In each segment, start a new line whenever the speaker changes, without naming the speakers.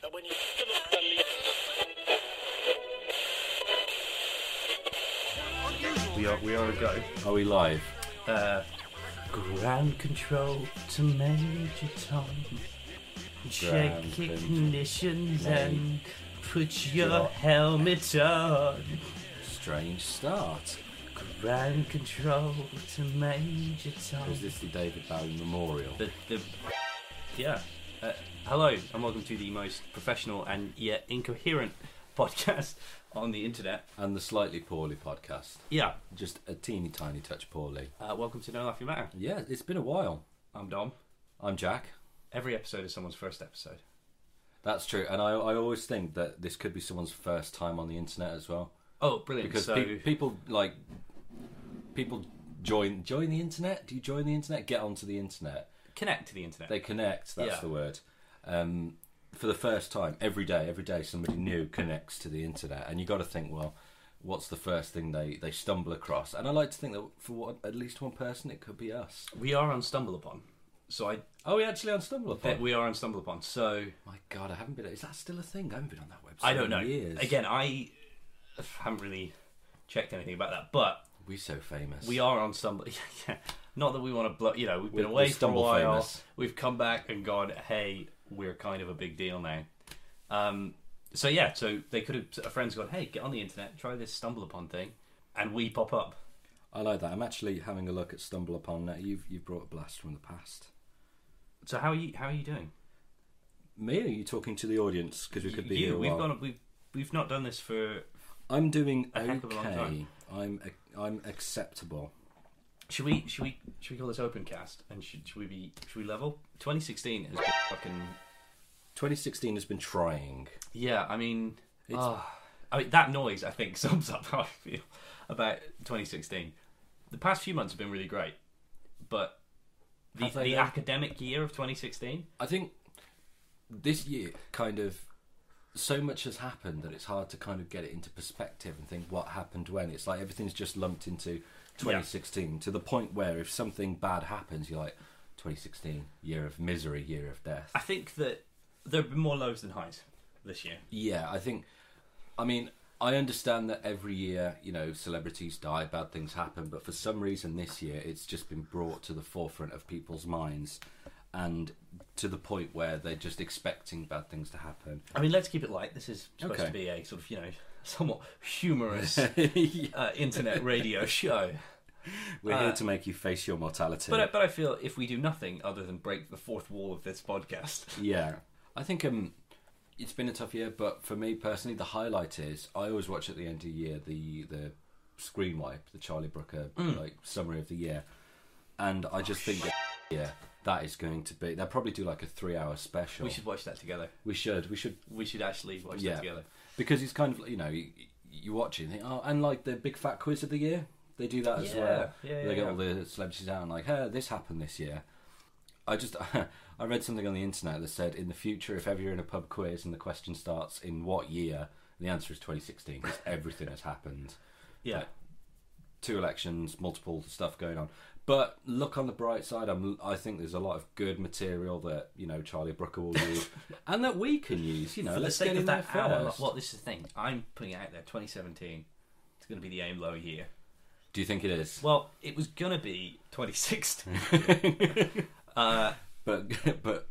that when you cannot believe.
We are we are a go.
Are we live?
Uh,
Ground control to Major Tom. Check
Ground
ignitions
control.
and put your
Sure.
helmet on.
Strange start.
Ground control to Major
Or
Tom.
Is this the David Bowie Memorial?
The, the, yeah. Uh, hello and welcome to the most professional and yet incoherent podcast on the internet.
And the Slightly Poorly podcast.
Yeah.
Just a teeny tiny touch poorly.
Uh, welcome to No Life You Matter.
Yeah, it's been a while.
I'm Dom.
I'm Jack.
Every episode is someone's first episode.
That's true. And I, I always think that this could be someone's first time on the internet as well.
Oh, brilliant!
Because
so,
pe- people, like, people join join the internet. Do you join the internet? Get onto the internet.
connect to the internet.
They connect, that's
Yeah.
the word. Um, for the first time, every day, every day, somebody new connects to the internet, and you got to think, well, what's the first thing they, they stumble across? And I like to think that for what, at least one person, it could be us.
we are on StumbleUpon, so I
Oh, we actually on StumbleUpon.
bet we are on StumbleUpon. So
My God, I haven't been. Is that still a thing? I haven't been on that website.
I don't know.
in Years.
Again, I haven't really checked anything about that, but
we so famous.
we are on Stumble. yeah, not that we want to blow. You know, we've been
We-
away
we
for a
stumble
while.
famous.
We've come back and gone. Hey, we're kind of a big deal now. Um, so yeah, so they could have a friend's gone. Hey, get on the internet, try this StumbleUpon thing, and we pop up.
I like that. I'm actually having a look at StumbleUpon now. You've you've brought a blast from the past.
So how are you? How are you doing?
Me? Are you talking to the audience? Because we could be
you,
here. a
we've
while.
gone. We've we've not done this for.
I'm doing
a heck of a long
okay.
time.
I'm ac- I'm acceptable.
Should we should we should we call this open cast and should, should we be should we level? 2016 has been fucking
2016 has been trying.
Yeah, I mean,
It's-
ah, I mean that noise. I think sums up how I feel about 2016. The past few months have been really great, but the,
Have they
the
been?
academic year of 2016.
I think this year kind of so much has happened that it's hard to kind of get it into perspective and think what happened when. It's like everything's just lumped into 2016 to the point where if something bad happens, you're like 2016 year of misery, year of death.
I think that there have been more lows than highs this year.
Yeah, I think. I mean, I understand that every year, you know, celebrities die, bad things happen, but for some reason this year, it's just been brought to the forefront of people's minds, and to the point where they're just expecting bad things to happen.
I mean, let's keep it light. This is supposed
Okay.
to be a sort of you know somewhat humorous
We're
uh, internet radio show.
here to make you face your mortality.
But I, but I feel if we do nothing other than break the fourth wall of this podcast,
yeah, I think um, it's been a tough year, but for me personally, the highlight is I always watch at the end of the year the the screen wipe, the Charlie Brooker
Mm.
like summary of the year, and I just
Oh,
think that yeah, that is going to be. They'll probably do like a three hour special.
we should watch that together.
we should, we should,
We should actually watch
yeah,
that together.
because it's kind of you know you, you watch it and think oh, and like the big fat quiz of the year. They do that as
Yeah,
well.
yeah, yeah,
they get
yeah.
all the celebrities out and like, hey, this happened this year. I just I read something on the internet that said in the future if ever you're in a pub quiz and the question starts in what year, the answer is 2016 because everything has happened.
Yeah.
Two elections, multiple stuff going on. But look on the bright side. I'm, I think there's a lot of good material that you know Charlie Brooker will use, and that we can use. You know,
for the
let's
sake
get
of
in
that
there
hour,
first.
well, this is the thing. I'm putting it out there. 2017. It's going to be the aim low year.
Do you think it is?
Well, it was going to be 2016. uh,
But but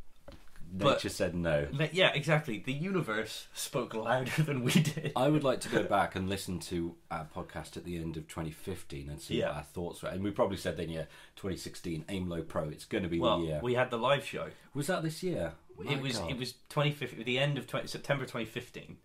But-
nature said no.
but yeah, exactly. The universe spoke louder than we did.
I would like to go back and listen to our podcast at the end of 2015 and see
Yeah.
what our thoughts were. And we probably said then, yeah, 2016, Aim Low Pro, it's going to be
Well,
the year.
we had the live show.
was that this year? My
it was
God.
it was 2015. The end of 20, September 2015,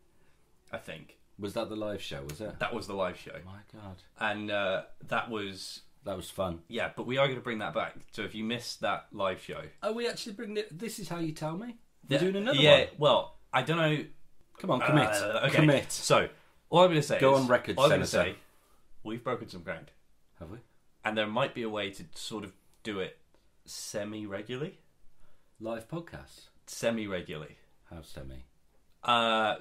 I think.
Was that the live show? Was it?
That was the live show,
My God,
and uh, that was
that was fun.
yeah. But we are going to bring that back. So if you missed that live show,
Oh, we actually bring it. This is how you tell me. We're doing another
yeah.
one.
Well, I don't know.
Come on, commit,
Uh, okay.
commit.
So, all I'm going to say
Go
is,
on record,
all I'm gonna
Senator.
say, we've broken some ground,
Have we
and there might be a way to sort of do it semi-regularly.
live podcasts?
Semi-regularly.
How semi?
Uh,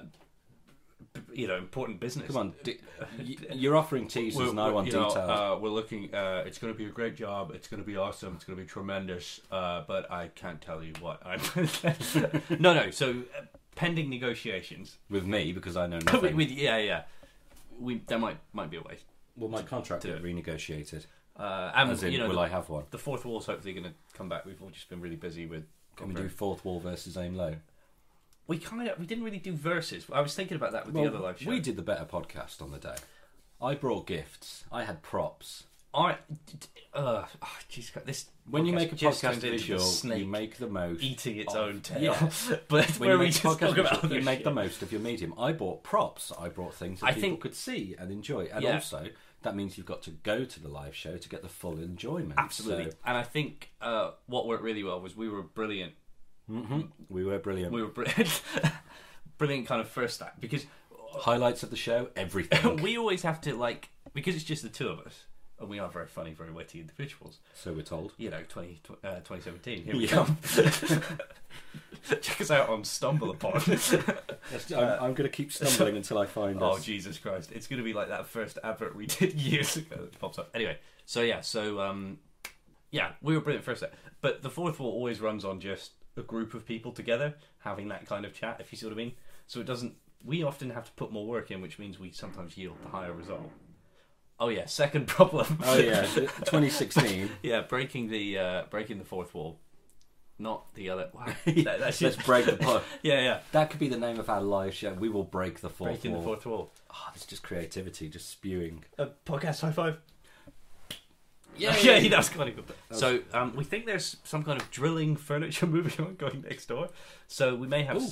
b- you know, important business.
Come on, di- y- you're offering teasers,
We're,
and I
we're-
want
you know,
details.
uh, we're looking. Uh, it's going to be a great job. It's going to be awesome. It's going to be tremendous. Uh, but I can't tell you what I'm. no, no. So, uh, pending negotiations.
with me because I know nothing.
With- yeah, yeah. We that might might be a way.
Will my contract
Do
get renegotiated?
Uh, and
As in,
you know,
will
the,
I have one?
the fourth wall's hopefully going to come back. We've all just been really busy with.
Can we do fourth wall versus aim low?
We kind of we didn't really do verses. I was thinking about that with the other live show.
we did the better podcast on the day. I brought gifts. I had props.
All right. d- d- Uh, oh, Jesus Christ, this
When you make a
just
podcast
turned into
visual,
the snake
you make the most.
eating its
of-
own tail.
Yeah.
but
When
where
you
we
make
just
a podcast
talk about
visual,
other
you make the
shit.
most of your medium. I bought props. I brought things that
I
people
think-
could see and enjoy, and
Yeah.
also that means you've got to go to the live show to get the full enjoyment.
Absolutely.
So,
And I think uh, what worked really well was we were brilliant. Mm-hmm.
mhm, we were brilliant.
We were brilliant. brilliant kind of first act because
Highlights of the show, everything.
we always have to like because it's just the two of us and we are very funny, very witty individuals.
so we're told.
You know, 20, tw- uh, 2017. Here we
Yeah.
come. Check us out on StumbleUpon.
Yes, I'm, I'm going to keep stumbling until I find
Uh, oh
us.
Jesus Christ! It's going to be like that first advert we did years ago that pops up. Anyway, so yeah, so um, yeah, we were brilliant first, act. but the fourth wall always runs on just a group of people together having that kind of chat. If you see what I mean, so it doesn't. We often have to put more work in, which means we sometimes yield the higher result. Oh yeah, second problem.
Oh yeah, 2016.
yeah, breaking the uh, breaking the fourth wall, not the other. Wow, that, that's
Let's break the pod.
yeah, yeah,
That could be the name of our live show. We will break the fourth
breaking
wall.
the fourth wall.
Oh, it's just creativity, just spewing.
A Uh, podcast high five.
Yeah,
yeah, that's kind of good. So um, we think there's some kind of drilling furniture movie on going next door. So we may have.
Ooh.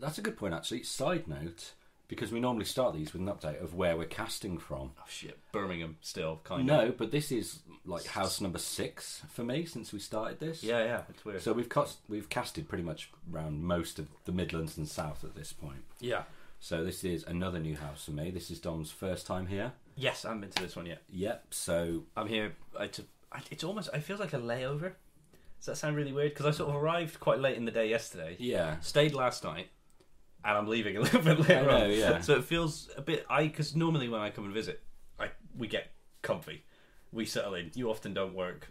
That's a good point, actually. Side note, because we normally start these with an update of where we're casting from.
oh shit, Birmingham still kind of.
No, but this is like house number six for me since we started this.
Yeah, yeah, it's weird.
So we've cast, we've casted pretty much round most of the Midlands and South at this point.
yeah.
So this is another new house for me. This is Dom's first time here.
Yes, I haven't been to this one yet.
Yep. So
I'm here. It's, a, it's almost. It feels like a layover. Does that sound really weird? Because I sort of arrived quite late in the day yesterday.
yeah,
Stayed last night, and I'm leaving a little bit later
know,
on.
yeah.
So it feels a bit. I because normally when I come and visit, I we get comfy, we settle in. You often don't work.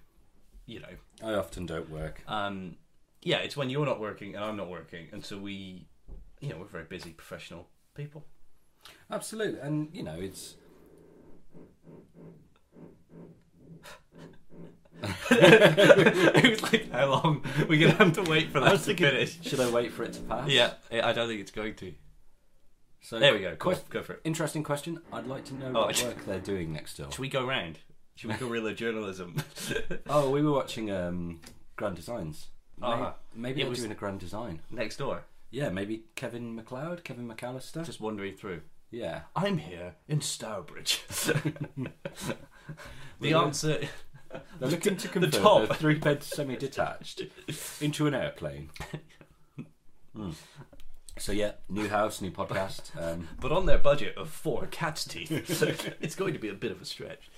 You know,
I often don't work.
um, yeah, it's when you're not working and I'm not working, and so we, you know, we're very busy professional people.
Absolutely, and you know it's.
it was like how long we're gonna have to wait for that to finish.
Should I wait for it to pass?
Yeah, I don't think it's going to.
So
There we go. Cool.
quest-
Go for it.
Interesting question. I'd like to know
Oh,
what
I-
work they're doing next door.
Should we go round? Should we guerrilla journalism?
Oh, we were watching um, Grand Designs. May-
Uh-huh.
Maybe
It
they're
was-
doing a Grand Design.
Next door,
Yeah, maybe Kevin McLeod, Kevin McAllister.
just wandering through.
yeah.
I'm here in Stourbridge. the
Well,
answer.
They're looking to
the
convert
top.
a three-bed semi-detached into an airplane. Hmm. So yeah, new house, new podcast. Um,
But on their budget of four cat's teeth, it's going to be a bit of a stretch.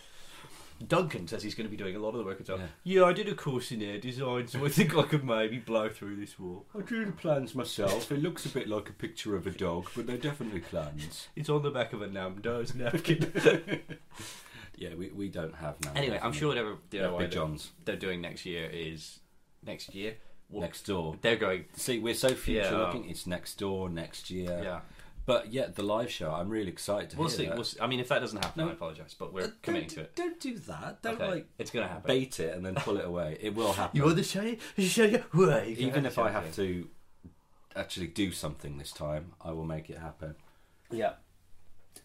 Duncan says he's going to be doing a lot of the work himself. Yeah, I did a course in air design, so I think I could maybe blow through this wall.
I drew the plans myself. It looks a bit like a picture of a dog, but they're definitely plans.
It's on the back of a Namdo's napkin.
Yeah, we, we don't have now.
anyway, I'm
definitely.
sure whatever
We
the
have
other
Big John's
they're doing next year is next year. Well,
next door.
They're going.
See, we're so future looking. It's next door next year.
Yeah,
But yeah, the live show. I'm really excited to
we'll
hear
see.
that.
We'll see. I mean, if that doesn't happen,
No.
I apologise, but we're committing to it.
Don't do that. Don't
Okay,
like
it's going to happen.
bait it and then pull it away. It will happen.
the show, you show you. Right,
Even if I have to actually do something this time, I will make it happen.
Yeah.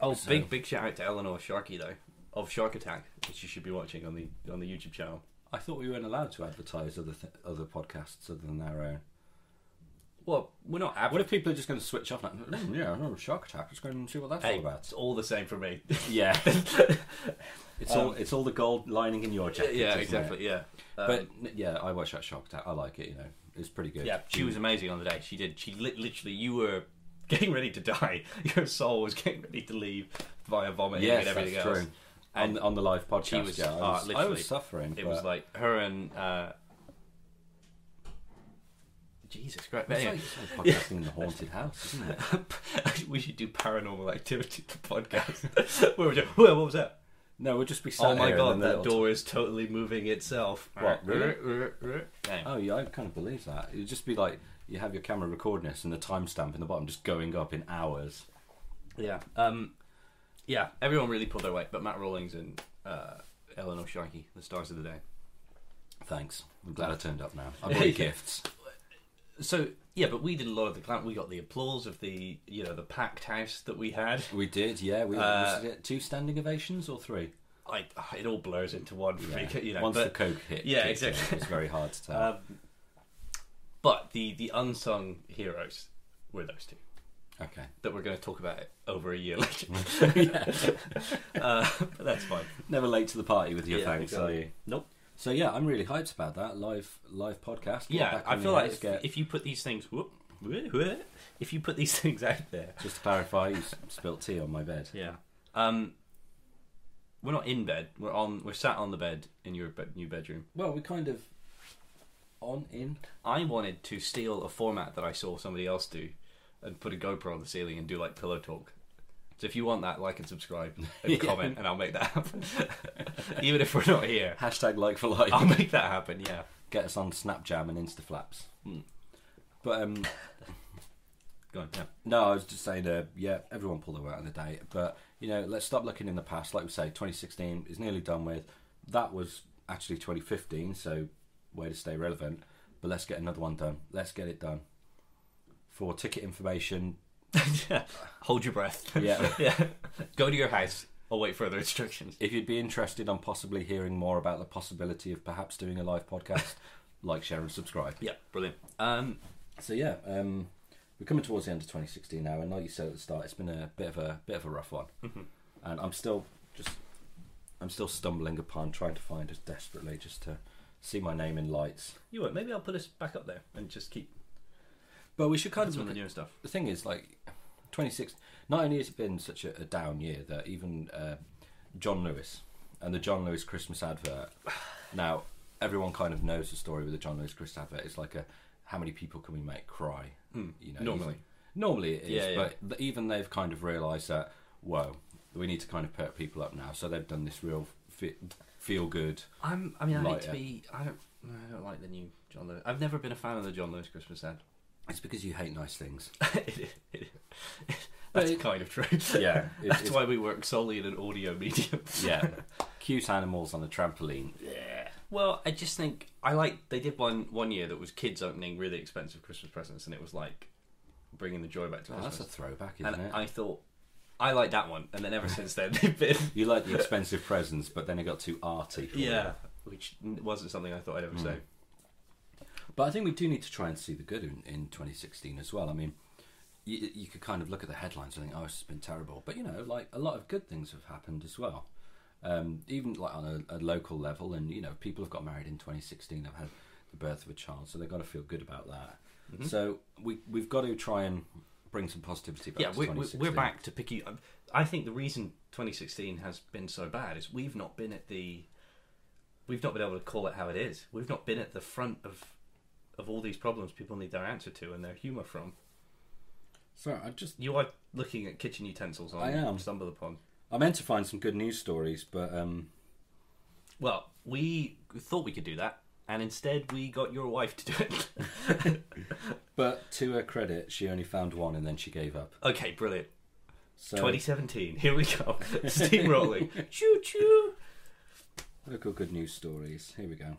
Oh,
So-
big big shout out to Eleanor Sharkey though of Shark Attack, which you should be watching on the on the YouTube channel.
I thought we weren't allowed to advertise other th- other podcasts other than our own.
Well, we're not ab-
What if people are just going to switch off? Like, "Mm, yeah, oh, Shark Attack. Let's go and see what that's
Hey,
all about.
it's all the same for me.
Yeah, Um, it's all it's all the gold lining in your jacket.
yeah,
isn't it?
exactly. Yeah, Um,
But n- yeah, I watched that Shark Attack. I like it. You know, it's pretty good. Mm.
yeah, she was amazing on the day. She did. She lit literally. You were getting ready to die. Your soul was getting ready to leave via vomiting
Yes,
and everything
that's
else.
true. On, on the live podcast,
she was-
yeah, I
uh,
was, I
literally,
was suffering.
It was
but-
like her and uh, Jesus Christ. But
It's
anyway,
like podcasting in the haunted house, isn't it?
we should do paranormal activity podcast. Where would you? Whoa, what was that?
No, we'll just be. Sat
Oh my
here
god,
and then
that
the little-
door is totally moving itself.
What, really?
Yeah.
Oh yeah, I kind of believe that. It'd just be like you have your camera recording this and the timestamp in the bottom just going up in hours.
Yeah. Um, yeah, everyone really pulled their weight, but Matt Rawlings and uh, Eleanor Shikey, the stars of the day.
Thanks. I'm glad I turned up now. I brought you gifts.
So yeah, but we did a lot of the clown. We got the applause of the you know the packed house that we had.
We did, yeah. We
Uh,
was it two standing ovations or three.
I ah, it all blurs into one for
Yeah.
me, you know.
Once
but,
the coke hit,
Yeah,
kicked in,
exactly.
It was very hard to tell.
Um, but the the unsung heroes were those two
okay.
that we're going to talk about over a year later. yeah. uh, but that's fine.
Never late to the party with your
Yeah,
thanks,
exactly.
are you? Nope. So yeah, I'm really hyped about that live live podcast. Get
Yeah,
back
I
on
feel
your
like
heads,
if,
get-
if you put these things, whoop, whoop, whoop, if you put these things out there,
just to clarify, you s- spilt tea on my bed.
yeah. Um, we're not in bed. We're on. We're sat on the bed in your bed, new bedroom.
Well, we kind of on in.
I wanted to steal a format that I saw somebody else do and put a GoPro on the ceiling and do like pillow talk. So if you want that, like and subscribe and
Yeah.
comment, and I'll make that happen. Even if we're not here,
Hashtag like for like.
I'll make that happen. Yeah.
Get us on Snapjam and Instaflaps.
Hmm.
But um,
Go on. Yeah.
no, I was just saying, uh, yeah, everyone pulled their weight on the day. But you know, let's stop looking in the past. Like we say, 2016 is nearly done with. That was actually 2015, so way to stay relevant. But let's get another one done. Let's get it done. For ticket information,
Hold your breath.
yeah.
yeah. Go to your house. I'll wait further instructions.
If you'd be interested on possibly hearing more about the possibility of perhaps doing a live podcast, like, share, and subscribe.
Yeah. Brilliant. Um,
So yeah, um, we're coming towards the end of 2016 now, and like you said at the start, it's been a bit of a bit of a rough one, and I'm still just I'm still stumbling upon trying to find us desperately just to see my name in lights.
you what? Maybe I'll put us back up there and just keep
But we should kind of
some of
look
the
at
newer stuff.
the thing is like 26 not only has it been such a, a down year that even uh, john lewis and the john lewis christmas advert now everyone kind of knows the story with the john lewis christmas advert it's like a how many people can we make cry you know
normally.
Hmm. normally it is
Yeah, yeah.
but th- even they've kind of realized that whoa we need to kind of perk people up now so they've done this real fe feel good
I'm. I mean, I
Right,
hate to
yeah.
be. I don't. I don't like the new John Lewis. I've never been a fan of the John Lewis Christmas ad.
it's because you hate nice things
It- it- That's
it-
kind of true.
yeah it's,
That's
it's-
why we work solely in an audio medium.
yeah cute animals on a trampoline
yeah. Well, I just think I like they did one one year that was kids opening really expensive Christmas presents, and it was like bringing the joy back to
oh, that's
Christmas.
a throwback isn't
and
it
I thought I like that one, and then ever since then they've been
You like the expensive presents, but then it got too arty. for
yeah, Hmm.
you.
which n- wasn't something I thought I'd ever say.
But I think we do need to try and see the good in, in 2016 as well. I mean, you, you could kind of look at the headlines and think, oh, it's been terrible. But, you know, like a lot of good things have happened as well. Um, even like on a, a local level, and, you know, people have got married in 2016, they've had the birth of a child, so they've got to feel good about that.
Mm-hmm.
So we, we've got to try and bring some positivity back
Yeah,
to
we're, we're-
2016.
we're back to picky. I think the reason 2016 has been so bad is we've not been at the, we've not been able to call it how it is. We've not been at the front of, of all these problems people need their answer to and their humour from.
So I just
You are looking at kitchen utensils on
I am.
Stumble Upon.
I meant to find some good news stories, but um,
Well, we thought we could do that, and instead we got your wife to do it.
but to her credit, she only found one and then she gave up.
okay, brilliant.
So
2017, here we go. Steamrolling. choo choo.
Local good news stories. Here we go.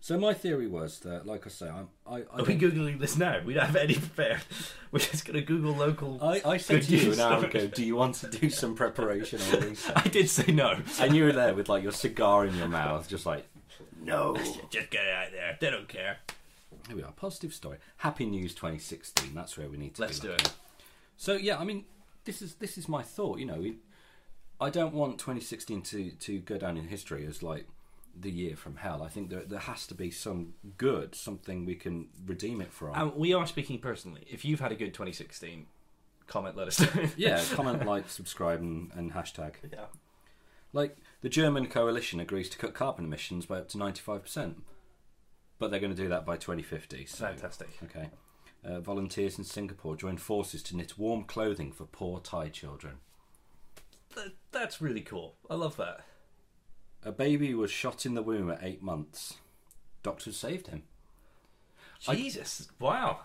So my theory was that, like I say, I'm, I I,
Are we
don't-
googling this now? We don't have any prepared. We're just gonna Google local.
I, I said
Good
to you
news
an hour
stories.
ago, do you want to do some preparation on these?
I did say no.
and you were there with like your cigar in your mouth, just like no.
Just get it out there. They don't care.
Here we are. Positive story. Happy News 2016. That's where we need to.
Let's
be
do
looking.
it.
So yeah, I mean, this is this is my thought. You know, it, I don't want 2016 to to go down in history as like the year from hell. I think there there has to be some good, something we can redeem it from.
Um, we are speaking personally. If you've had a good 2016, comment. Let us know.
yeah, comment, like, subscribe, and, and hashtag.
yeah.
Like, the German coalition agrees to cut carbon emissions by up to 95%, but they're going to do that by 2050. So,
Fantastic.
okay. Uh, volunteers in Singapore join forces to knit warm clothing for poor Thai children.
Th- that's really cool. I love that.
A baby was shot in the womb at eight months. Doctors saved him. I-
Jesus. Wow.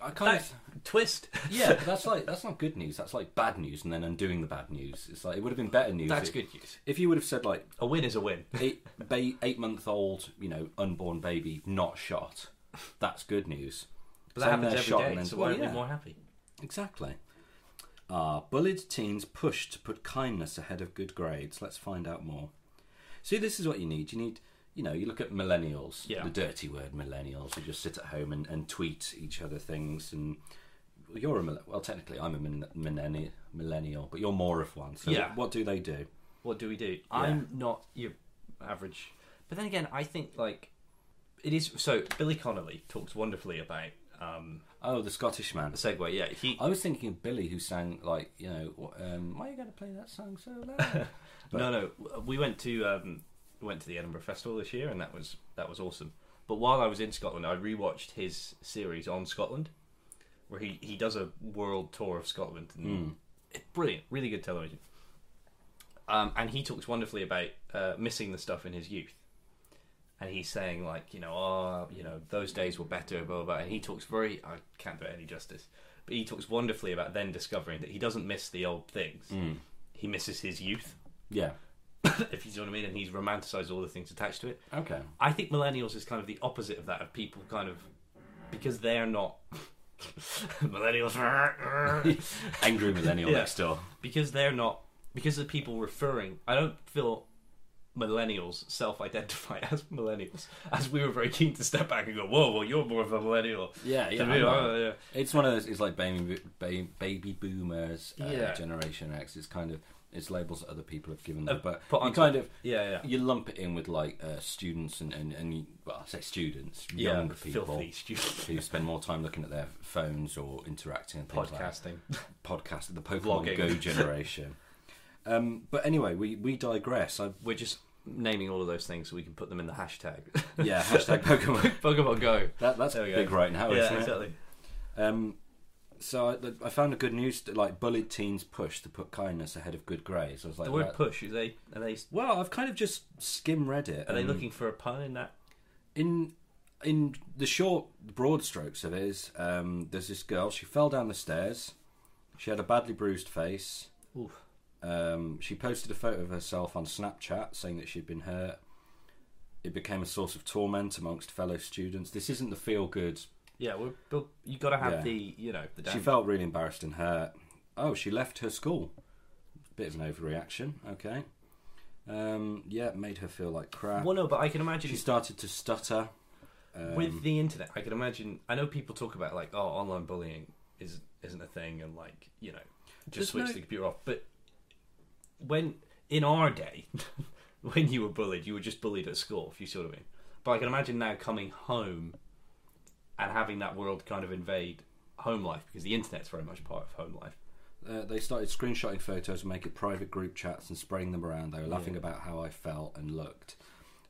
I kind
That-
of
Twist.
yeah, but that's like that's not good news. That's like bad news, and then undoing the bad news. It's like it would have been better news.
That's
if-
good news.
If you would have said like
A win is a win.
eight ba- eight month old, you know, unborn baby not shot, that's good news.
But that
Saying
happens
they're
every
shot
day,
and then-
so why
well,
aren't
yeah.
we more happy?
Exactly. Ah, bullied teens push to put kindness ahead of good grades. Let's find out more. See, this is what you need. You need, you know, you look at millennials,
Yeah.
the dirty word millennials, who just sit at home and, and tweet each other things. And well, you're a, mille- well, technically, I'm a min- millenni- millennial, but you're more of one. So
Yeah.
what do they do?
What do we do? I'm not your average. But then again, I think like it is. So Billy Connolly talks wonderfully about um,
Oh, the Scottish man.
the segue. Yeah, he.
I was thinking of Billy, who sang, like, you know, um, why are you going to play that song so loud?
no, no. We went to um, went to the Edinburgh Festival this year, and that was that was awesome. But while I was in Scotland, I rewatched his series on Scotland, where he he does a world tour of Scotland. And it's brilliant, really good television. Um, and he talks wonderfully about uh, missing the stuff in his youth. And he's saying like, you know, oh, you know, those days were better, blah blah. blah. And he talks very, I can't do it any justice, but he talks wonderfully about then discovering that he doesn't miss the old things. He misses his youth
yeah.
if you know what I mean, and he's romanticised all the things attached to it.
Okay.
I think millennials is kind of the opposite of that, of people kind of because they're not millennials
Angry millennial
Yeah.
next door.
because they're not because the people referring. I don't feel millennials self-identify as millennials, as we were very keen to step back and go, "Whoa, well, you're more of a millennial."
Yeah, yeah.
than
I
me."
know.
Oh, yeah.
It's one of those. It's like baby baby, baby boomers, uh,
Yeah.
Generation X. It's kind of it's labels that other people have given them, but
put
you
onto-
kind of
yeah, yeah.
you lump it in with like uh, students and and, and you, well, I say students,
Yeah,
young people
filthy, stupid
who spend more time looking at their phones or interacting and things like
podcasting.
podcast, the Pokemon
Vlogging.
Go generation. um, but anyway, we we digress. I
We're just naming all of those things so we can put them in the hashtag.
yeah, hashtag Pokemon.
Pokemon Go.
That, that's
There we go.
big right now,
yeah,
isn't it?
exactly.
Um, so I, I found a good news that, like bullied teens push to put kindness ahead of good grades. I was like,
The word
that-
push is they are they
well, I've kind of just skim read it.
Are they
and
looking for a pun in that?
in in the short, broad strokes of it? Is um, there's this girl? She fell down the stairs. She had a badly bruised face.
Oof.
Um, she posted a photo of herself on Snapchat saying that she'd been hurt. It became a source of torment amongst fellow students. This isn't the feel good
Yeah, we're, but you got to have
Yeah.
the you know the damn.
She felt really embarrassed and hurt. Oh, she left her school. Bit of an overreaction. Okay. Um, yeah, it made her feel like crap.
well, no, but I can imagine
She started to stutter. Um,
with the internet. I can imagine. I know people talk about like, oh, online bullying is isn't a thing, and like you know, just
There's
switch
no-
the computer off. But when in our day, when you were bullied, you were just bullied at school. If you see what I mean. But I can imagine now coming home and having that world kind of invade home life because the internet's very much part of home life.
uh, they started screenshotting photos and making private group chats and spraying them around. They were laughing about how I felt and looked.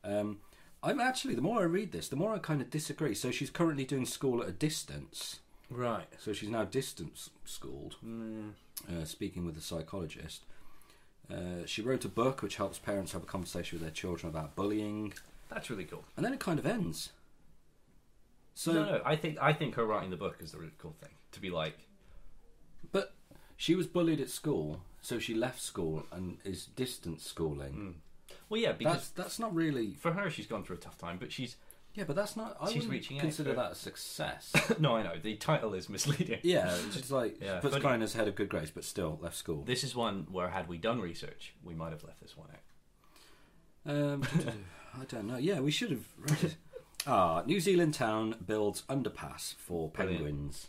Um, I'm actually, the more I read this, the more I kind of disagree. So she's currently doing school at a distance.
Right.
So she's now distance schooled.
Oh,
Uh, speaking with a psychologist, uh, she wrote a book which helps parents have a conversation with their children about bullying,
That's really cool.
and then it kind of ends. So,
no, no, I think I think her writing the book is the really cool thing to be like.
but she was bullied at school, so she left school and is distance schooling.
Well, yeah,
That's
Hmm. because
that's not really
for her, she's gone through a tough time, but she's
yeah, but that's not. I
She's
wouldn't
reaching out
consider
for-
that a success.
no, I know the title is misleading.
yeah, she's like
Yeah,
she puts
but-
kindness ahead of good grades, but still left school.
This is one where, had we done research, we might have left this one out.
Um, I don't know. Yeah, we should have read it. Ah, New Zealand town builds underpass for
Brilliant.
penguins.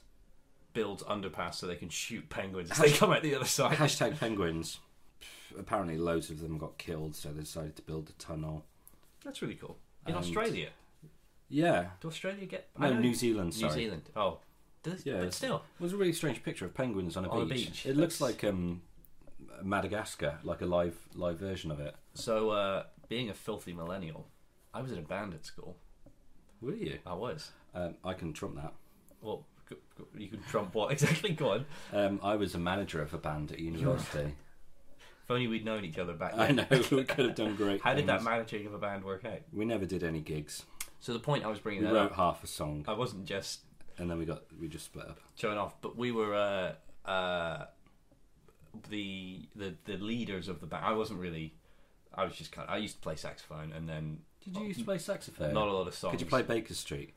Builds underpass so they can shoot penguins as they come out the other side.
Hashtag penguins. Pff, Apparently, loads of them got killed, so they decided to build a tunnel.
That's really cool. In
And-
Australia,
Yeah.
do Australia get? I
No,
know-
New Zealand.
New
Sorry.
Zealand. Oh, Does-
Yeah,
but
it's-
still,
It was a really strange picture of penguins on a
On a
beach.
beach.
It looks
That's-
like um, Madagascar, like a live live version of it.
so uh, being a filthy millennial, I was in a band at school.
Were you?
I was.
Um, I can trump that.
Well, g- g- you could trump what exactly? Go on.
Um, I was a manager of a band at university.
If only we'd known each other back then.
I know we could have done great.
How did that
things.
managing of a band work out?
We never did any gigs.
So the point I was bringing
We
that
wrote
up,
half a song.
I wasn't just
and then we got we just split up.
showing off. But we were uh, uh, the the the leaders of the band. I wasn't really. I was just kind. Of, I used to play saxophone, and then
Did you used to play saxophone?
not a lot of songs.
Could you play Baker Street?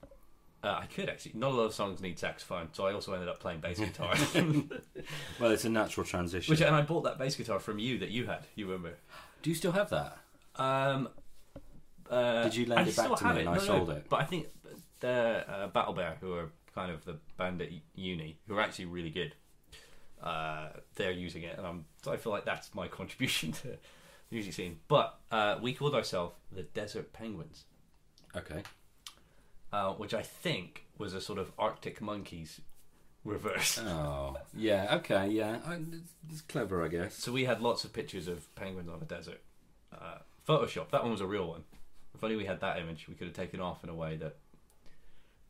Uh, I could actually. Not a lot of songs need saxophone, so I also ended up playing bass guitar.
Well, it's a natural transition.
Which and I bought that bass guitar from you that you had. You remember?
Do you still have that?
Um, uh,
Did you lend
I
it back
still
to me
have
and I
No, no,
sold it?
But I think the uh, Battle Bear, who are kind of the band at uni, who are actually really good, uh, they're using it, and I'm, so I feel like that's my contribution to the music scene. But uh, we called ourselves the Desert Penguins,
Okay.
uh, which I think was a sort of Arctic Monkeys reverse.
Oh, yeah. Okay, yeah. I, it's- it's clever, I guess.
So we had lots of pictures of penguins on a desert. Uh, Photoshop, that one was a real one. If only we had that image, we could have taken off in a way that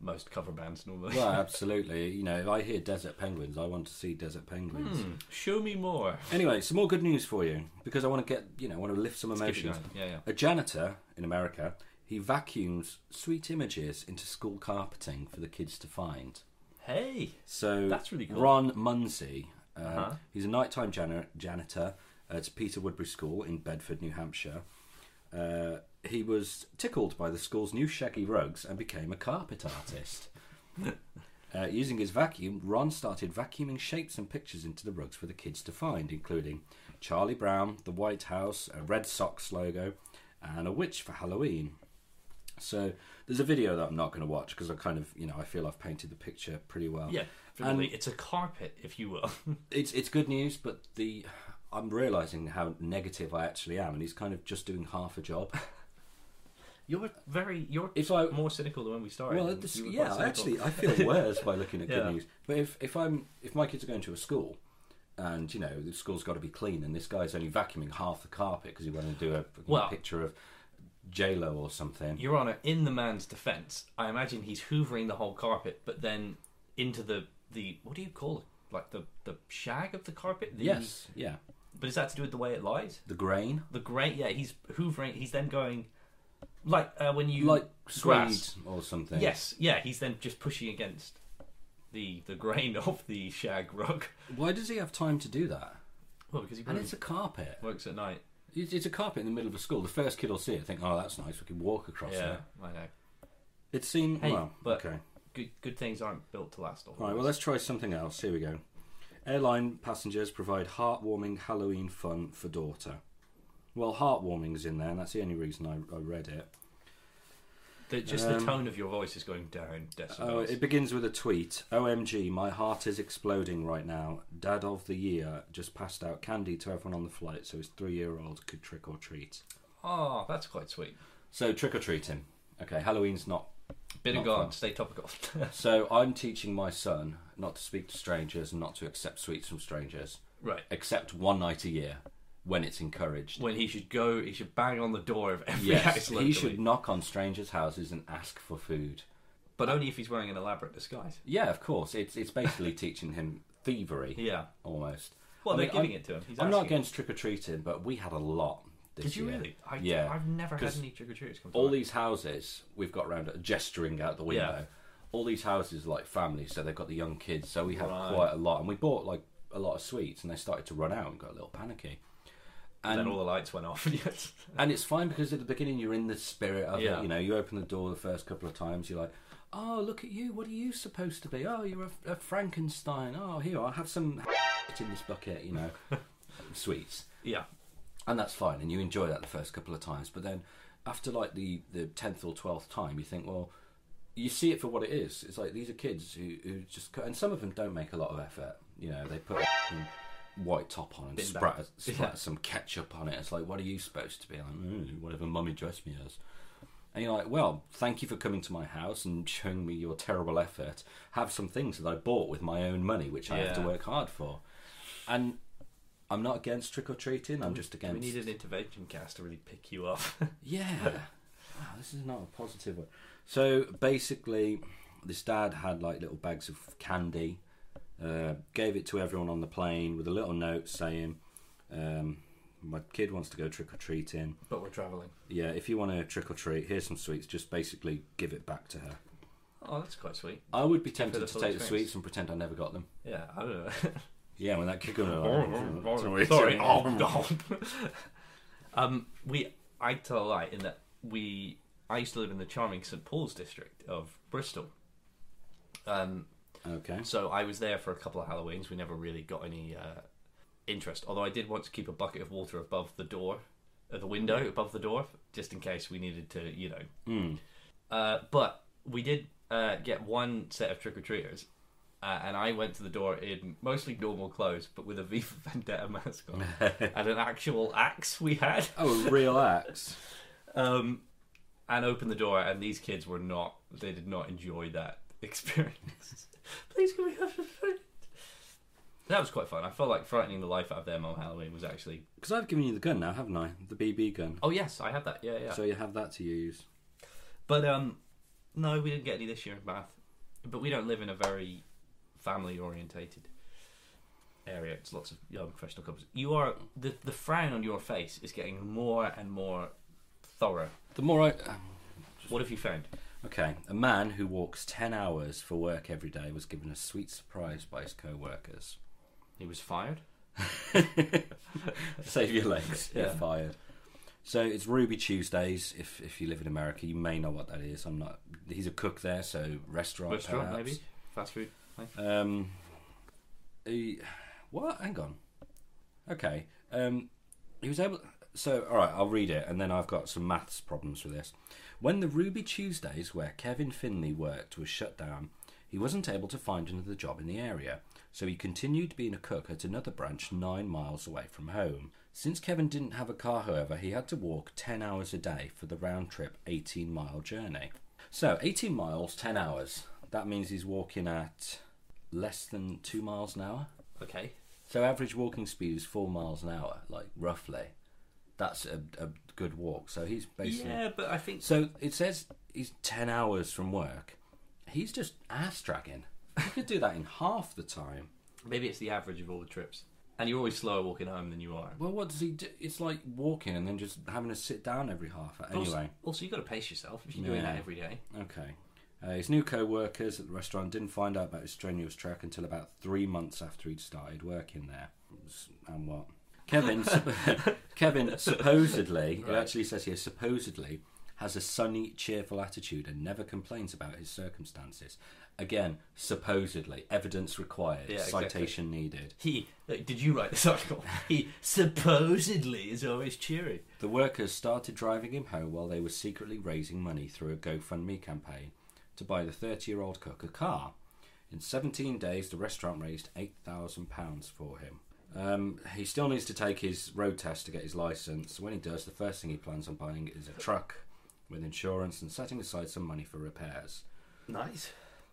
most cover bands normally.
Well, absolutely. You know, if I hear desert penguins, I want to see desert penguins.
Hmm, show me more.
Anyway, some more good news for you because I want to get you know I want to lift some
Keep it
emotions.
going. Yeah, yeah.
A janitor in America, he vacuums sweet images into school carpeting for the kids to find.
Hey,
So
That's really cool.
Ron Munsey, uh,
Uh-huh.
he's a nighttime janitor, janitor at Peter Woodbury School in Bedford, New Hampshire. Uh, he was tickled by the school's new shaggy rugs and became a carpet artist. Uh, using his vacuum, Ron started vacuuming shapes and pictures into the rugs for the kids to find, including Charlie Brown, the White House, a Red Sox logo, and a witch for Halloween. So there's a video that I'm not going to watch because I kind of, you know, I feel I've painted the picture pretty well.
yeah.
And-
it's a carpet, if you will.
It's it's good news, but the I'm realizing how negative I actually am, and he's kind of just doing half a job.
You're very, you're
If I
more cynical than when we started.
well,
and
this,
you were
yeah,
quite
I
cynical.
actually I feel worse by looking at
Yeah.
good news. But if if I'm if my kids are going to a school, and you know the school's got to be clean, and this guy's only vacuuming half the carpet because he wanted to do a fucking
Well-
picture of J Lo or something.
Your Honor, in the man's defence, I imagine he's hoovering the whole carpet, but then into the the what do you call it? Like the the shag of the carpet. The,
yes, yeah,
But is that to do with the way it lies?
the grain,
The great, yeah, he's hoovering. He's then going, like uh, when you
like
grass.
sweet or something.
Yes, yeah, he's then just pushing against the the grain of the shag rug.
Why does he have time to do that?
Well, because he
And
probably
it's a carpet.
works at night.
It's, it's a carpet in the middle of a school. The first kid will see it, think, "Oh, that's nice. We can walk across
yeah,
it."
I know.
It seems
Hey,
well.
but-
okay.
Good good things aren't built to last.
All right. Well, let's try something else. Here we go. Airline passengers provide heartwarming Halloween fun for daughter. Well, heartwarming's in there, and that's the only reason I, I read it.
The- just the
um,
tone of your voice is going down decibels.
Oh, it begins with a tweet. OMG, my heart is exploding right now. Dad of the year just passed out candy to everyone on the flight, so his three-year-old could trick or treat.
oh, that's quite sweet.
So trick or treat him. Okay, Halloween's not
Bit
Not
of garden,
fun.
stay topical.
So I'm teaching my son not to speak to strangers and not to accept sweets from strangers,
right.
except one night a year when it's encouraged.
When he should go, he should bang on the door of every
Yes,
house.
he
locally.
should knock on strangers' houses and ask for food.
but only if he's wearing an elaborate disguise.
Yeah, of course. It's it's basically teaching him thievery
Yeah.
almost.
Well,
I
they're
mean,
giving
I'm,
it to him. He's
I'm not
asking.
against trick or treating, but we had a lot. This
Did you
year.
really? I,
Yeah.
I've never had
'Cause
any trick or treaters come. To
all
my-
these houses we've got round at gesturing out the window.
Yeah.
All these houses are like families, so they've got the young kids. So we had
Right.
quite a lot, and we bought like a lot of sweets, and they started to run out and got a little panicky.
and then
And
all the lights went off. yes.
and it's fine because at the beginning you're in the spirit of
Yeah.
it. You know, you open the door the first couple of times, you're like, "Oh, look at you! What are you supposed to be? Oh, you're a, a Frankenstein! Oh, here I have some in this bucket, you know, sweets."
Yeah.
and that's fine and you enjoy that the first couple of times but then after like the the 10th or 12th time you think well you see it for what it is it's like these are kids who, who just co- and some of them don't make a lot of effort you know they put a f***ing white top on and
Bin bag.
spratter, spratter
Yeah.
some ketchup on it it's like what are you supposed to be like mm, whatever mummy dressed me as and you're like, well, thank you for coming to my house and showing me your terrible effort. Have some things that I bought with my own money, which I have to
Yeah.
work hard for. And I'm not against trick or treating. I'm just
We
against.
need an intervention cast to really pick you up.
Yeah. wow, this is not a positive one. So basically, this dad had like little bags of candy, uh, gave it to everyone on the plane with a little note saying, um, "My kid wants to go trick or treating.
but we're travelling.
Yeah, if you want to trick or treat, here's some sweets. Just basically give it back to her."
Oh, that's quite sweet.
I would be
for
tempted
the
to
full
take the
experience.
sweets and pretend I never got them.
Yeah, I don't know.
Yeah, when that kicker.
Sorry. Oh God. um, we. I tell a lie in that we. I used to live in the charming St Paul's district of Bristol. Um,
Okay.
so I was there for a couple of Halloweens. We never really got any uh, interest. Although I did want to keep a bucket of water above the door, uh, the window above the door, just in case we needed to, you know.
Hmm.
Uh, but we did uh, get one set of trick or treaters. Uh, and I went to the door in mostly normal clothes, but with a V for Vendetta mask on and an actual axe we had,
Oh, a real axe.
um, and opened the door. And these kids were not; they did not enjoy that experience. Please, can we have some food? That was quite fun. I felt like frightening the life out of them on Halloween was actually.
Because I've given you the gun now, haven't I? The BB gun.
Oh yes, I had that. Yeah, yeah.
So you have that to use.
But um, no, we didn't get any this year in Bath. But we don't live in a very family orientated area. It's lots of young professional couples. You are the the frown on your face is getting more and more thorough.
The more I.
What have you found?
Okay. A man who walks 10 hours for work every day was given a sweet surprise by his co workers.
He was fired.
Save your legs. You're
Yeah.
fired. So it's Ruby Tuesdays. If if you live in America, you may know what that is. I'm not. He's a cook there, so restaurant.
Restaurant,
perhaps.
maybe fast food.
Um, he, what? Hang on. Okay. Um, he was able. So, all right, I'll read it, and then I've got some maths problems with this. When the Ruby Tuesdays, where Kevin Finley worked, was shut down, he wasn't able to find another job in the area, so he continued being a cook at another branch nine miles away from home. Since Kevin didn't have a car, however, he had to walk 10 hours a day for the round trip 18 mile journey. So, 18 miles, 10 hours. That means he's walking at less than two miles an hour.
Okay.
So average walking speed is four miles an hour, like roughly. That's a, a good walk. So he's basically.
Yeah, but I think
So it says he's ten hours from work. He's just ass dragging. He could do that in half the time.
maybe it's the average of all the trips. And you're always slower walking home than you are.
Well, what does he do? It's like walking and then just having to sit down every half.
But also-
Anyway,
Also, you've got to pace yourself if you're doing
Yeah.
that every day.
okay. Uh, his new co-workers at the restaurant didn't find out about his strenuous trek until about three months after he'd started working there. and what? Kevin, sup- Kevin supposedly, it actually says here, supposedly has a sunny, cheerful attitude and never complains about his circumstances. Again, supposedly, evidence required,
Yeah, exactly.
citation needed.
He, like, did you write this article? he supposedly is always cheery.
The workers started driving him home while they were secretly raising money through a GoFundMe campaign to buy the 30 year old cook a car. In 17 days, the restaurant raised £8,000 for him. Um, he still needs to take his road test to get his license. When he does, the first thing he plans on buying is a truck with insurance and setting aside some money for repairs.
Nice.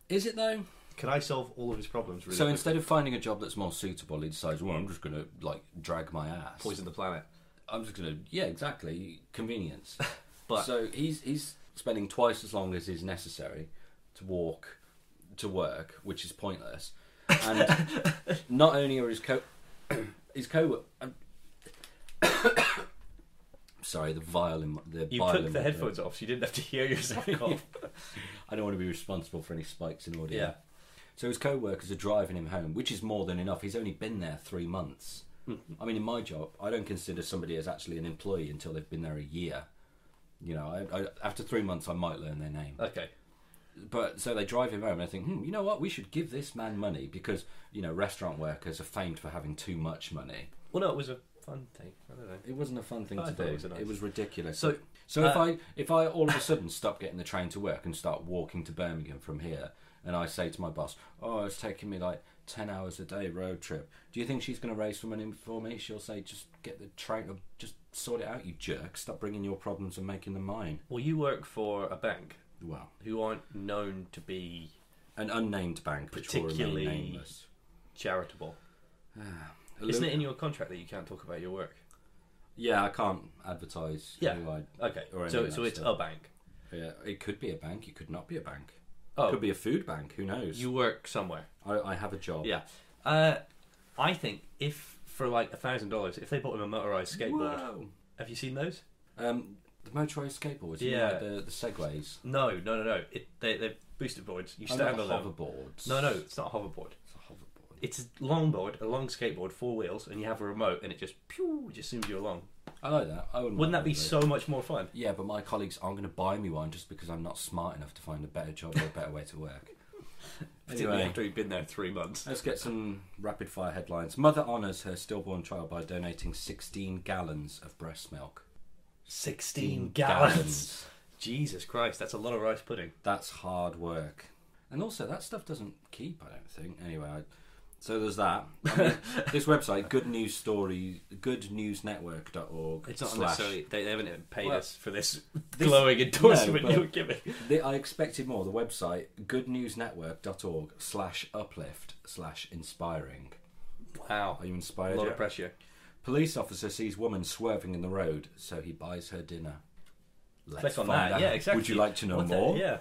Is it though?
Can I solve all of his problems? Really
so instead of finding a job that's more suitable, he decides, well, I'm just going to like drag my ass.
poison the planet.
I'm just gonna yeah, exactly. Convenience.
But-
so he's he's spending twice as long as is necessary to walk to work, which is pointless. And not only are his co his co um, sorry, the violin the
You
violin
took the headphones off, so you didn't have to hear yourself cough.
I don't want to be responsible for any spikes in audio.
Yeah.
So his co-workers are driving him home, which is more than enough. He's only been there three months. I mean, in my job, I don't consider somebody as actually an employee until they've been there a year. You know, I, I, after three months, I might learn their name.
okay.
But so they drive him home, and I think, hmm, you know what? We should give this man money because you know restaurant workers are famed for having too much money.
Well, no, it was a fun thing. I don't know.
It wasn't a fun thing
I
to do.
thought it
It
was a
was,
nice-
ridiculous.
So-
so if
uh,
I if I all of a sudden stop getting the train to work and start walking to Birmingham from here, and I say to my boss, "Oh, it's taking me like ten hours a day road trip," do you think she's going to raise some money for me? She'll say, "Just get the train, or just sort it out, you jerk. Stop bringing your problems and making them mine."
Well, you work for a bank
Well,
who aren't known to be
an unnamed bank, which will
Particularly-
remain nameless.
charitable.
A
Isn't
lo-
it in your contract that you can't talk about your work?
Yeah, I can't advertise.
Yeah.
who I-
Okay.
Or any
So,
of
so
that
it's
stuff.
a bank.
yeah, it could be a bank. It could not be a bank.
Oh.
It could be a food bank. Who knows?
You work somewhere.
I, I have a job.
Yeah. Uh, I think if for like a thousand dollars, if they bought him a motorized skateboard,
Whoa.
have you seen those?
Um, the motorized skateboards.
Yeah.
Yeah. The, the segways.
No, no, no, no. It, they, they've boosted boards. You
I
stand
know
on them.
hoverboards.
No, no, it's not a hoverboard.
It's a hoverboard.
It's a longboard, a long skateboard, four wheels, and you have a remote, and it just pew just zooms you along.
I like that. I wouldn't,
Wouldn't
mind
that be
one of those.
so much more fun?
Yeah, but my colleagues aren't going to buy me one just because I'm not smart enough to find a better job or a better way to work.
Particularly
Anyway.
after you've been there three months.
Let's get some rapid fire headlines. Mother honours her stillborn child by donating 16 gallons of breast milk.
Sixteen
Gallons.
Jesus Christ, that's a lot of rice pudding.
That's hard work. And also, that stuff doesn't keep, I don't think. Anyway, I, so there's that. I mean, this website, Good News Story, goodnewsnetwork.org.
It's not
slash-
necessarily they, they haven't even paid
Well,
us for this,
this-
glowing endorsement
No, but-
you're giving.
The- I expected more. The website, goodnewsnetwork.org slash uplift slash inspiring.
Wow,
Are you inspired
a lot
yet?
of pressure.
Police officer sees woman swerving in the road, so he buys her dinner. Let's
Click on
find
that.
out.
Yeah, exactly.
Would you like to know
What the-
more?
yeah.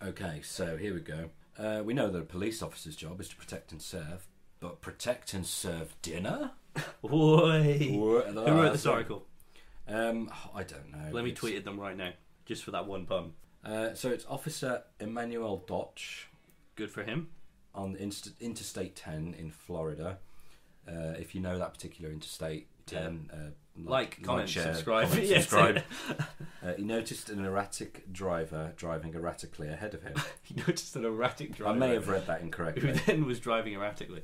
Okay, so here we go. Uh, we know that a police officer's job is to protect and serve, but protect and serve dinner?
Who
Who
wrote this article?
Um, I don't know.
Let me
It's-
tweet at them right now, just for that one bum.
Uh, so it's Officer Emmanuel Dotch
Good for him.
on the Inst- Interstate 10 in Florida. Uh, if you know that particular Interstate 10, uh,
Like, comment,
share,
subscribe.
comment,
Yes.
subscribe. uh, he noticed an erratic driver driving erratically ahead of him.
He noticed an erratic driver.
I may have read that
who
incorrectly.
then was driving erratically.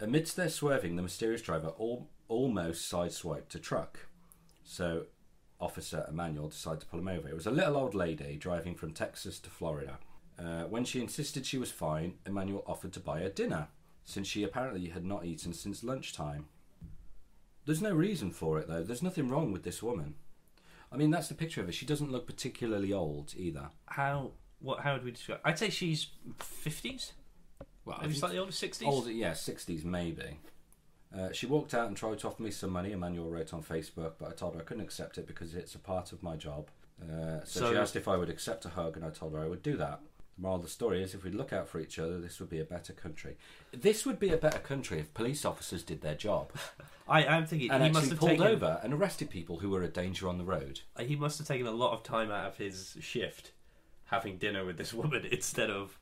Amidst their swerving, the mysterious driver al- almost sideswiped a truck. So, Officer Emmanuel decided to pull him over. It was a little old lady driving from Texas to Florida. Uh, when she insisted she was fine, Emmanuel offered to buy her dinner, since she apparently had not eaten since lunchtime. There's no reason for it, though. There's nothing wrong with this woman. I mean, that's the picture of her. She doesn't look particularly old either.
How? What? How would we describe? I'd say she's fifties,
Well, I
maybe
think-
slightly older, sixties.
Older, yeah, 60s maybe. Uh, she walked out and tried to offer me some money, Emmanuel wrote on Facebook, but I told her I couldn't accept it because it's a part of my job. Uh, so,
So-
she asked if I would accept a hug, and I told her I would do that. The moral of the story is if we look out for each other, this would be a better country. This would be a better country if police officers did their job
I, I'm thinking
and
he
actually
must have
pulled
taken.
over and arrested people who were a danger on the road.
He must have taken a lot of time out of his shift, having dinner with this woman instead of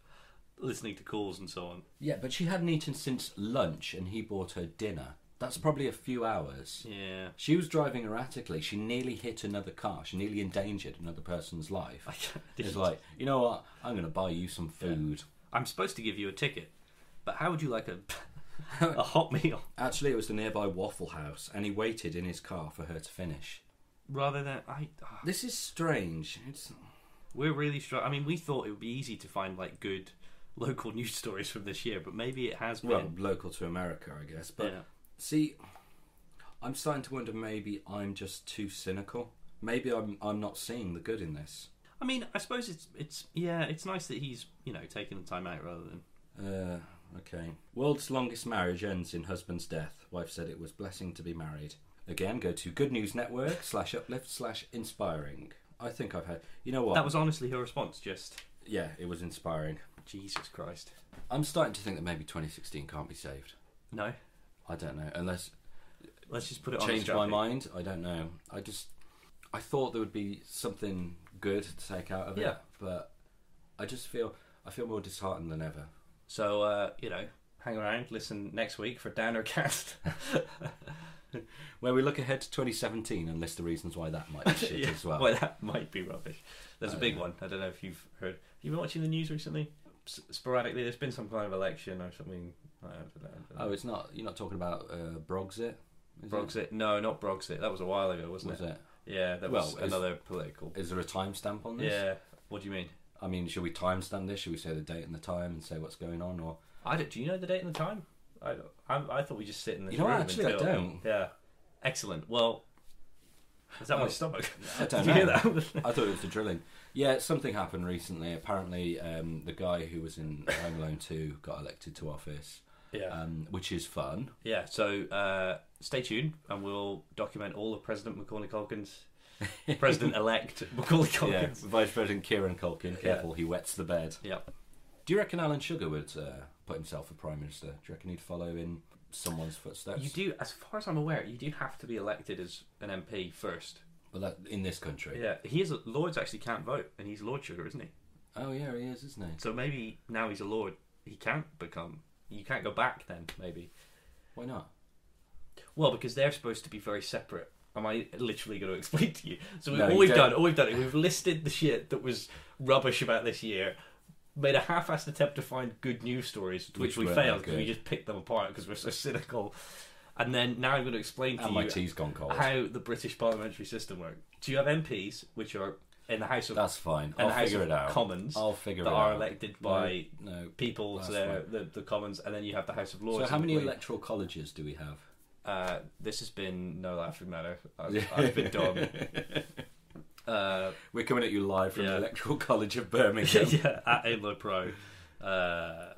listening to calls and so on.
Yeah, but she hadn't eaten since lunch, and he bought her dinner. That's probably a few hours.
Yeah.
She was driving erratically. She nearly hit another car. She nearly endangered another person's life. It's like, you know what? I'm going to buy you some food.
I'm supposed to give you a ticket, but how would you like a a hot meal
Actually, it was the nearby Waffle House, and he waited in his car for her to finish.
rather than I? ah,
This is strange. It's
We're really strong. I mean, we thought it would be easy to find like good local news stories from this year, but maybe it has been.
well local to America, I guess. But
Yeah.
see, I'm starting to wonder. Maybe I'm just too cynical. Maybe I'm I'm not seeing the good in this.
I mean, I suppose it's it's yeah, it's nice that he's you know taking the time out rather than
Uh, okay. World's longest marriage ends in husband's death. Wife said it was blessing to be married. Again, go to Good News Network slash uplift slash inspiring. I think I've had. You know what?
that was honestly her response. Just
yeah, it was inspiring.
Jesus Christ,
I'm starting to think that maybe 2016 can't be saved.
no.
I don't know. Unless
Let's just put it on.
change
the
my
graphic.
mind. I don't know. I just I thought there would be something good to take out of it,
Yeah.
but I just feel I feel more disheartened than ever.
So uh, you know, hang around, listen next week for Downer Cast.
Where we look ahead to 2017 and list the reasons why that might be shit
Yeah,
as well.
Well, that might be rubbish. There's a
I
big
don't
one. I don't know if you've heard. Have you been watching the news recently? S- sporadically, there's been some kind of election or something. I don't know. I
Oh,
don't know.
it's not. You're not talking about uh, Brexit. is
Brexit? No, not Brexit. That was a while ago,
It?
wasn't
Was
it?
it?
Yeah, that
Well,
was
it's-
another political.
Is there a timestamp on this?
Yeah. What do you mean?
I mean, should we timestamp this? Should we say the date and the time and say what's going on? Or
I don't, do you know the date and the time? I, I, I thought we just sit in this
You know what,
room
actually, I
until-
don't.
Yeah. Excellent. Well, is that
Oh.
my stomach?
I don't
Did you
know.
hear that?
I thought it was the drilling. Yeah, something happened recently. Apparently, um, the guy who was in Home Alone Two got elected to office,
yeah.
um, which is fun.
yeah. So uh, stay tuned, and we'll document all of President Macaulay Culkin's, President-elect Macaulay
Yeah,
Culkin's.
Vice President Kieran Culkin. Careful, he wets the bed.
Yeah.
Do you reckon Alan Sugar would uh, put himself for prime minister? Do you reckon he'd follow in someone's footsteps?
You do, as far as I'm aware, you do have to be elected as an MP first.
Well, that, in this country.
Yeah. He is. Lords actually can't vote, and he's Lord Sugar, isn't he?
Oh yeah, he is, isn't he?
So maybe now he's a lord, he can't become. You can't go back then, maybe.
Why not?
Well, because they're supposed to be very separate. Am I literally going to explain to you? So we,
No,
all
you
we've
don't.
done, all we've done, is we've listed the shit that was rubbish about this year, made a half-assed attempt to find good news stories, which,
Which
we
weren't that
failed because we
good.
just picked them apart because we're so cynical. And then now I'm going to explain to
And my
you
tea's gone cold.
how the British parliamentary system works. So you have MPs, which are in the House of
That's fine.
and
I'll
the House
figure
of
it out.
Commons
I'll figure
that
it
are
out.
elected by
no.
people
That's
to their, the, the Commons, and then you have the House of Lords.
So how
in
many
between.
electoral colleges do we have?
Uh, this has been no laughing matter. I've, I've been dumb. Uh,
We're coming at you live from
Yeah.
the Electoral College of Birmingham.
yeah, at Aimlo Pro. Uh,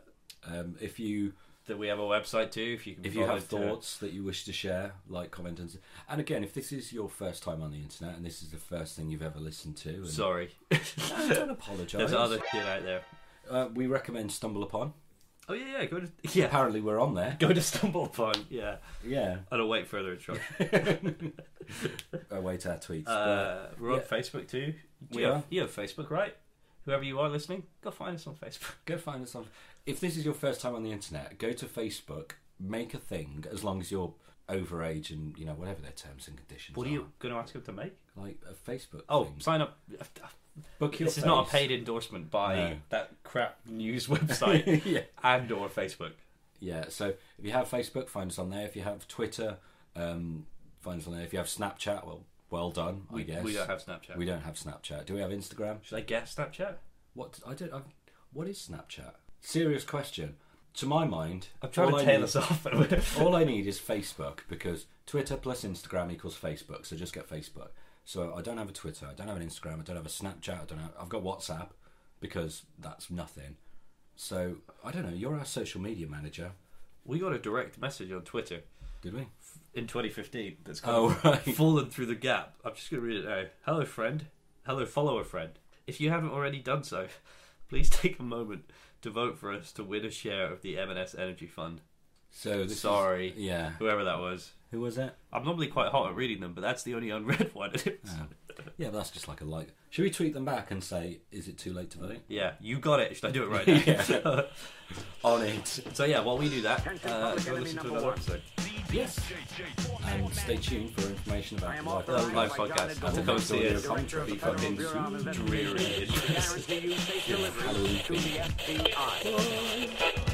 um, if you
that we have a website too. If you can,
if
be
you
bothered
have thoughts that you wish to share, like comment and and again, if this is your first time on the internet and this is the first thing you've ever listened to,
to,
and
sorry,
don't
there's
apologise.
other shit out there.
Uh, we recommend Stumble Upon.
Oh yeah, yeah, go to yeah,
Apparently, we're on there.
go to stumble upon yeah.
Yeah,
I don't wait further instruction.
await our tweets. but
Uh, we're on
Yeah.
Facebook too.
We
you
are.
have, you have Facebook, right? Whoever you are listening, go find us on Facebook.
go find us on. If this is your first time on the internet, go to Facebook, make a thing. As long as you're over age and you know whatever their terms and conditions.
What are you going to ask them to make?
like a Facebook?
Oh,
thing.
sign up.
book your.
This is not a
face.
paid endorsement by
No.
that crap news website
yeah.
and or Facebook.
Yeah, so if you have Facebook, find us on there. If you have Twitter, um, find us on there. If you have Snapchat, well, well done, I
We,
guess.
we don't have Snapchat.
We don't have Snapchat. Do we have Instagram?
Should I guess Snapchat?
What I don't. I've, what is Snapchat? Serious question. To my mind,
I'm trying
all
to
I
tail
need-
us off.
all I need is Facebook because Twitter plus Instagram equals Facebook. So just get Facebook. So I don't have a Twitter. I don't have an Instagram. I don't have a Snapchat. I don't have. I've got WhatsApp because that's nothing. So I don't know. You're our social media manager,
we got a direct message on Twitter
did we?
in 2015 that's kind
Oh right.
of fallen through the gap. I'm just going to read it now. Hello, friend. Hello, follower friend. If you haven't already done so, please take a moment to vote for us to win a share of the M&S Energy Fund.
So this is-
Sorry.
yeah.
Whoever that was.
Who was that?
I'm normally quite hot at reading them, but that's the only unread one.
Oh. Yeah, but that's just like a like. Should we tweet them back and say, "Is it too late to vote?"
yeah, you got it. Should I do it right now?
Yeah. On it.
So yeah, while we do that, uh, go listen to another episode.
Yes. And stay tuned for information about the life.
That was a live podcast. Have to come see it.
Director of
Be
the Federal
fucking
Bureau
dreary.
Halloween.